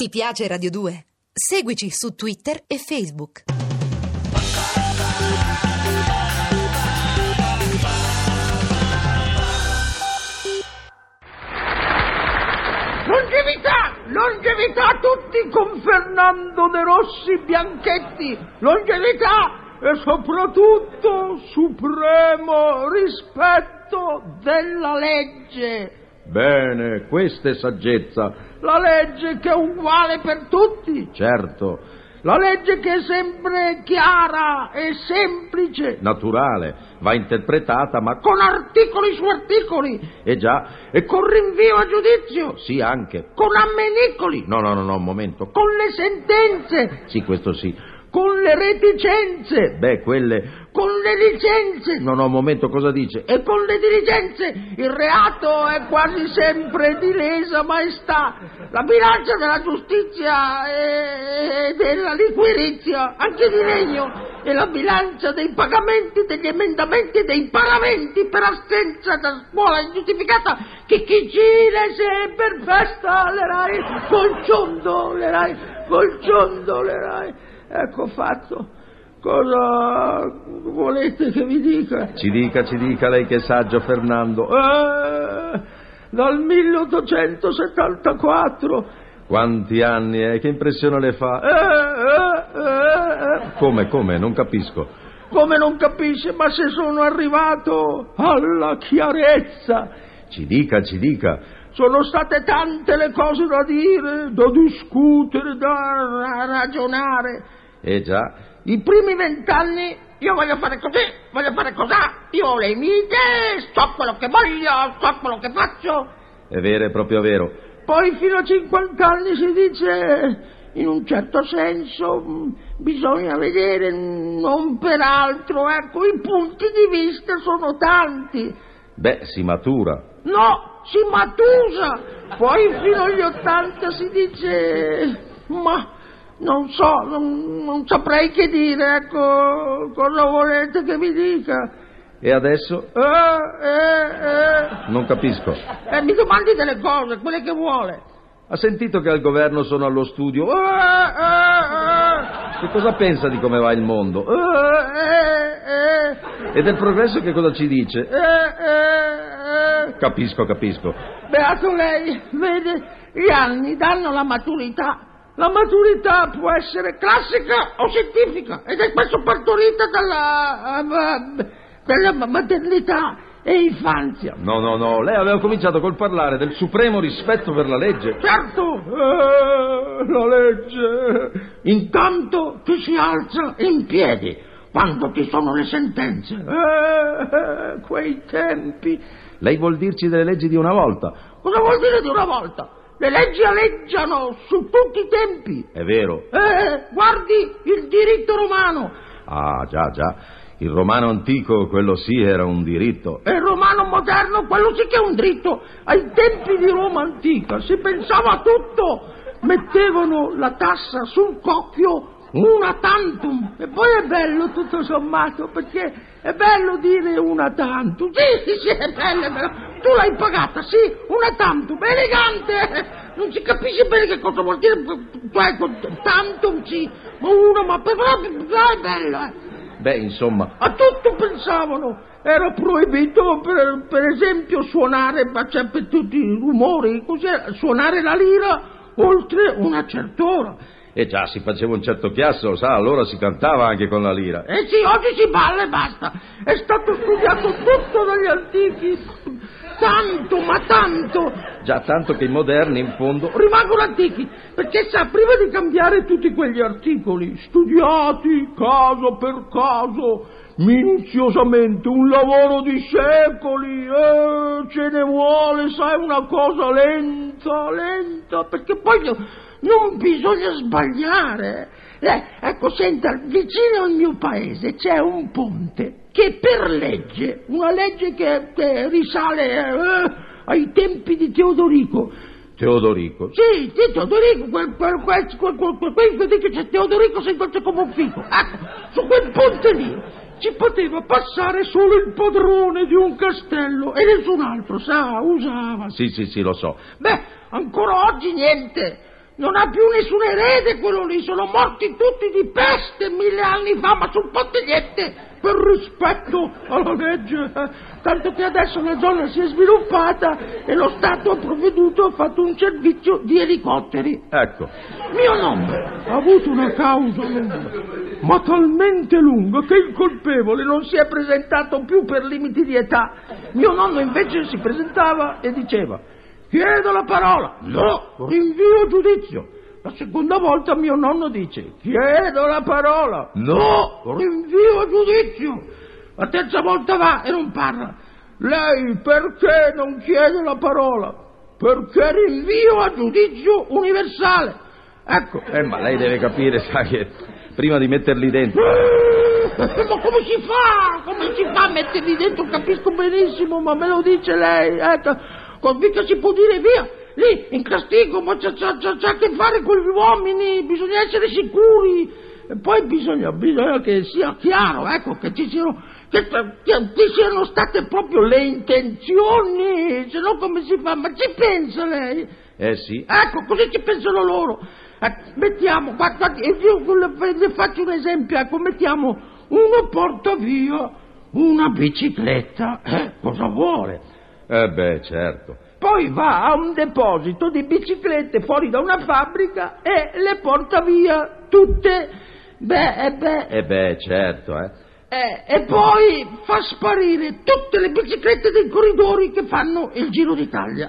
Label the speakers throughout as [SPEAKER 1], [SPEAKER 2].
[SPEAKER 1] Ti piace Radio 2? Seguici su Twitter e Facebook.
[SPEAKER 2] Longevità! Longevità a tutti con Fernando De Rossi Bianchetti! Longevità e soprattutto supremo rispetto della legge!
[SPEAKER 3] Bene, questa è saggezza,
[SPEAKER 2] La legge che è uguale per tutti!
[SPEAKER 3] certo,
[SPEAKER 2] La legge che è sempre chiara e semplice!
[SPEAKER 3] naturale, va interpretata, ma co-
[SPEAKER 2] Con articoli su articoli!
[SPEAKER 3] eh già,
[SPEAKER 2] E con rinvio a giudizio!
[SPEAKER 3] sì anche.
[SPEAKER 2] Con ammenicoli!
[SPEAKER 3] No, no, no, no, un momento.
[SPEAKER 2] Con le sentenze!
[SPEAKER 3] Sì, questo sì.
[SPEAKER 2] Con le reticenze!
[SPEAKER 3] Beh, quelle
[SPEAKER 2] con le licenze
[SPEAKER 3] No, no, un momento, cosa dice? Eh,
[SPEAKER 2] e con le diligenze. Il reato è quasi sempre di lesa maestà. La bilancia della giustizia e e della liquirizia, anche di legno, e la bilancia dei pagamenti, degli emendamenti e dei paramenti per assenza da scuola ingiustificata che chi gile se per festa le rai, col ciondo le rai, col ciondo le rai. Ecco fatto. Cosa volete che vi dica?
[SPEAKER 3] ci dica, ci dica lei che è saggio, Fernando.
[SPEAKER 2] Eh, dal 1874.
[SPEAKER 3] Quanti anni, eh, che impressione le
[SPEAKER 2] Eh,
[SPEAKER 3] fa?
[SPEAKER 2] eh, eh, eh.
[SPEAKER 3] Come, come, non capisco.
[SPEAKER 2] Come non capisce, ma se sono arrivato alla chiarezza.
[SPEAKER 3] Ci dica, ci dica.
[SPEAKER 2] Sono state tante le cose da dire, da discutere, da ra- ragionare.
[SPEAKER 3] Eh già,
[SPEAKER 2] I primi vent'anni io voglio fare così, voglio fare cos'ha, io ho le mie idee, so quello che voglio, so quello che faccio.
[SPEAKER 3] è vero, è proprio vero.
[SPEAKER 2] Poi fino a 50 anni si dice, in un certo senso, mh, bisogna vedere, mh, non peraltro, ecco, i punti di vista sono tanti.
[SPEAKER 3] Beh, si matura.
[SPEAKER 2] No, si matusa. Poi fino agli 80 si dice, ma non so, non, non saprei che dire, ecco, cosa volete che vi dica.
[SPEAKER 3] E adesso?
[SPEAKER 2] Eh, eh,
[SPEAKER 3] Non capisco.
[SPEAKER 2] eh, eh, mi domandi delle cose, quelle che vuole.
[SPEAKER 3] Ha sentito che al governo sono allo studio? Ah!
[SPEAKER 2] Eh, eh, eh.
[SPEAKER 3] Che cosa pensa di come va il mondo?
[SPEAKER 2] Eh, eh, eh,
[SPEAKER 3] E del progresso che cosa ci dice?
[SPEAKER 2] eh, eh, eh.
[SPEAKER 3] Capisco, capisco.
[SPEAKER 2] Beato lei, vede, gli anni danno la maturità. La maturità può essere classica o scientifica ed è spesso partorita dalla, eh, dalla maternità e infanzia.
[SPEAKER 3] No, no, no, lei aveva cominciato col parlare del supremo rispetto per la legge.
[SPEAKER 2] Certo, eh, la legge. Intanto chi si alza in piedi quando ci sono le sentenze. Eh, eh, quei tempi.
[SPEAKER 3] Lei vuol dirci delle leggi di una volta?
[SPEAKER 2] Cosa vuol dire di una volta? Le leggi aleggiano su tutti i tempi.
[SPEAKER 3] È vero.
[SPEAKER 2] Eh, guardi il diritto romano.
[SPEAKER 3] Ah, già, già. Il romano antico, quello sì, era un diritto.
[SPEAKER 2] E il romano moderno, quello sì che è un diritto. Ai tempi di Roma antica si pensava a tutto. Mettevano la tassa sul coppio una tantum. E poi è bello tutto sommato, perché è bello dire una tantum. Sì, sì, è bello, è bello. Tu l'hai pagata, sì, una tantum, elegante. Non si capisce bene che cosa vuol dire, ecco, tantum sì, ma uno, ma però però è bello, eh.
[SPEAKER 3] Beh, insomma,
[SPEAKER 2] A tutto pensavano. Era proibito, per, per esempio, suonare, ma c'è per tutti i rumori, cos'era? suonare la lira oltre una certa ora.
[SPEAKER 3] e eh già si faceva un certo chiasso, sa, allora si cantava anche con la lira.
[SPEAKER 2] E Eh sì, oggi si balla e basta. È stato studiato tutto dagli antichi, tanto, ma tanto.
[SPEAKER 3] Già tanto che i moderni, in fondo...
[SPEAKER 2] Rimangono antichi, perché sa, prima di cambiare tutti quegli articoli, studiati caso per caso, minuziosamente, un lavoro di secoli, eh, ce ne vuole, sai, una cosa lenta, lenta, perché poi no- non bisogna sbagliare. Eh, ecco, senta, vicino al mio paese c'è un ponte che per legge, una legge che, che risale eh, ai tempi di Teodorico,
[SPEAKER 3] Teodorico.
[SPEAKER 2] sì, sì, Teodorico, quel, quel, quel, quel, quel, quel, quel che dice c'è Teodorico sei dolce come un fico. Ecco, su quel ponte lì ci poteva passare solo il padrone di un castello e nessun altro, sa, usava.
[SPEAKER 3] Sì, sì, sì, lo so.
[SPEAKER 2] Beh, ancora oggi niente. Non ha più nessun erede quello lì, sono morti tutti di peste mille anni fa, ma sul pontigliette per rispetto alla legge. eh. Tanto che adesso la zona si è sviluppata e lo Stato ha provveduto, ha fatto un servizio di elicotteri.
[SPEAKER 3] Ecco,
[SPEAKER 2] Mio nonno ha avuto una causa lunga, ma talmente lunga che il colpevole non si è presentato più per limiti di età. Mio nonno invece si presentava e diceva chiedo la parola, no, rinvio a giudizio. La seconda volta mio nonno dice chiedo la parola, no, rinvio a giudizio. La terza volta va e non parla. Lei perché non chiede la parola? Perché rinvio a giudizio universale. Ecco,
[SPEAKER 3] eh, ma lei deve capire, sa che prima di metterli dentro.
[SPEAKER 2] Eh, ma come si fa? Come si fa a metterli dentro? Capisco benissimo, ma me lo dice lei. Ecco, con mica si può dire via. Lì, in castigo, ma c'ha, c'ha- c'ha- c'ha a che fare con gli uomini, bisogna essere sicuri. E poi bisogna, bisogna che sia chiaro, ecco, che ci siano, che, che ci siano state proprio le intenzioni, se no come si fa? Ma ci pensa lei?
[SPEAKER 3] Eh sì,
[SPEAKER 2] Ecco, così ci pensano loro. Eh, mettiamo, guarda, e io le, le faccio un esempio, ecco, mettiamo, uno porta via una bicicletta, eh, cosa vuole?
[SPEAKER 3] eh beh, certo.
[SPEAKER 2] Poi va a un deposito di biciclette fuori da una fabbrica e le porta via tutte, beh, eh, beh,
[SPEAKER 3] Eh beh, certo, eh.
[SPEAKER 2] eh, e poi fa sparire tutte le biciclette dei corridori che fanno il Giro d'Italia.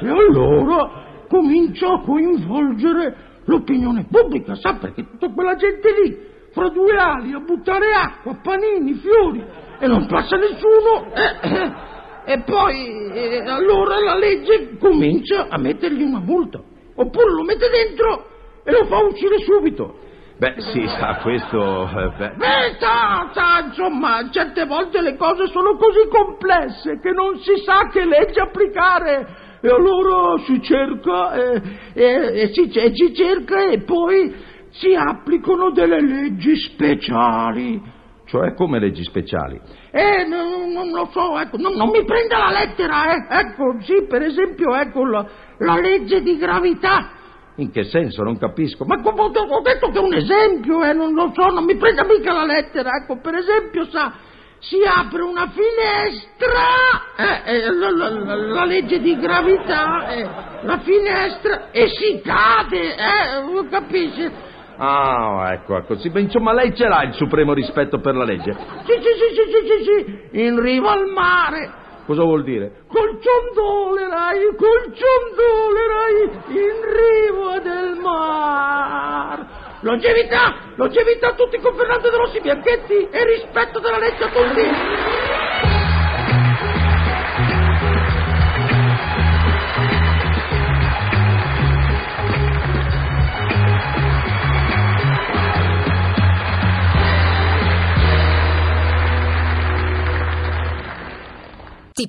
[SPEAKER 2] E allora cominciò a coinvolgere l'opinione pubblica, sa perché tutta quella gente lì, fra due ali, a buttare acqua, panini, fiori, e non passa nessuno. Eh, E poi eh, allora la legge comincia a mettergli una multa. Oppure lo mette dentro e lo fa uscire subito.
[SPEAKER 3] Beh, sì, sa, questo... eh, beh.
[SPEAKER 2] Beh, sa, sa, insomma, certe volte le cose sono così complesse che non si sa che legge applicare. E allora si cerca eh, eh, e si, e si cerca e poi si applicano delle leggi speciali.
[SPEAKER 3] Cioè, come leggi speciali?
[SPEAKER 2] Eh, no, no, non lo so, ecco, non, non mi prenda la lettera, eh. Ecco, sì, per esempio, ecco, la, la legge di gravità.
[SPEAKER 3] In che senso? Non capisco. Ma
[SPEAKER 2] Ma come ho detto- ho detto che è un esempio, eh, non lo so, non mi prenda mica la lettera. Ecco, per esempio, sa, si apre una finestra, eh, eh, la, la- la- la legge di gravità, eh, la finestra, e si cade, eh, capisci?
[SPEAKER 3] Ah, ecco, ecco. Sì, beh, insomma, lei ce l'ha il supremo rispetto per la legge.
[SPEAKER 2] Sì, sì, sì, sì, sì, sì, sì, in riva al mare.
[SPEAKER 3] Cosa vuol dire?
[SPEAKER 2] Col ciondolai, col ciondolai in riva del mar. Longevità, longevità a tutti con Fernando De Rossi Bianchetti e rispetto della legge a tutti.
[SPEAKER 1] Ti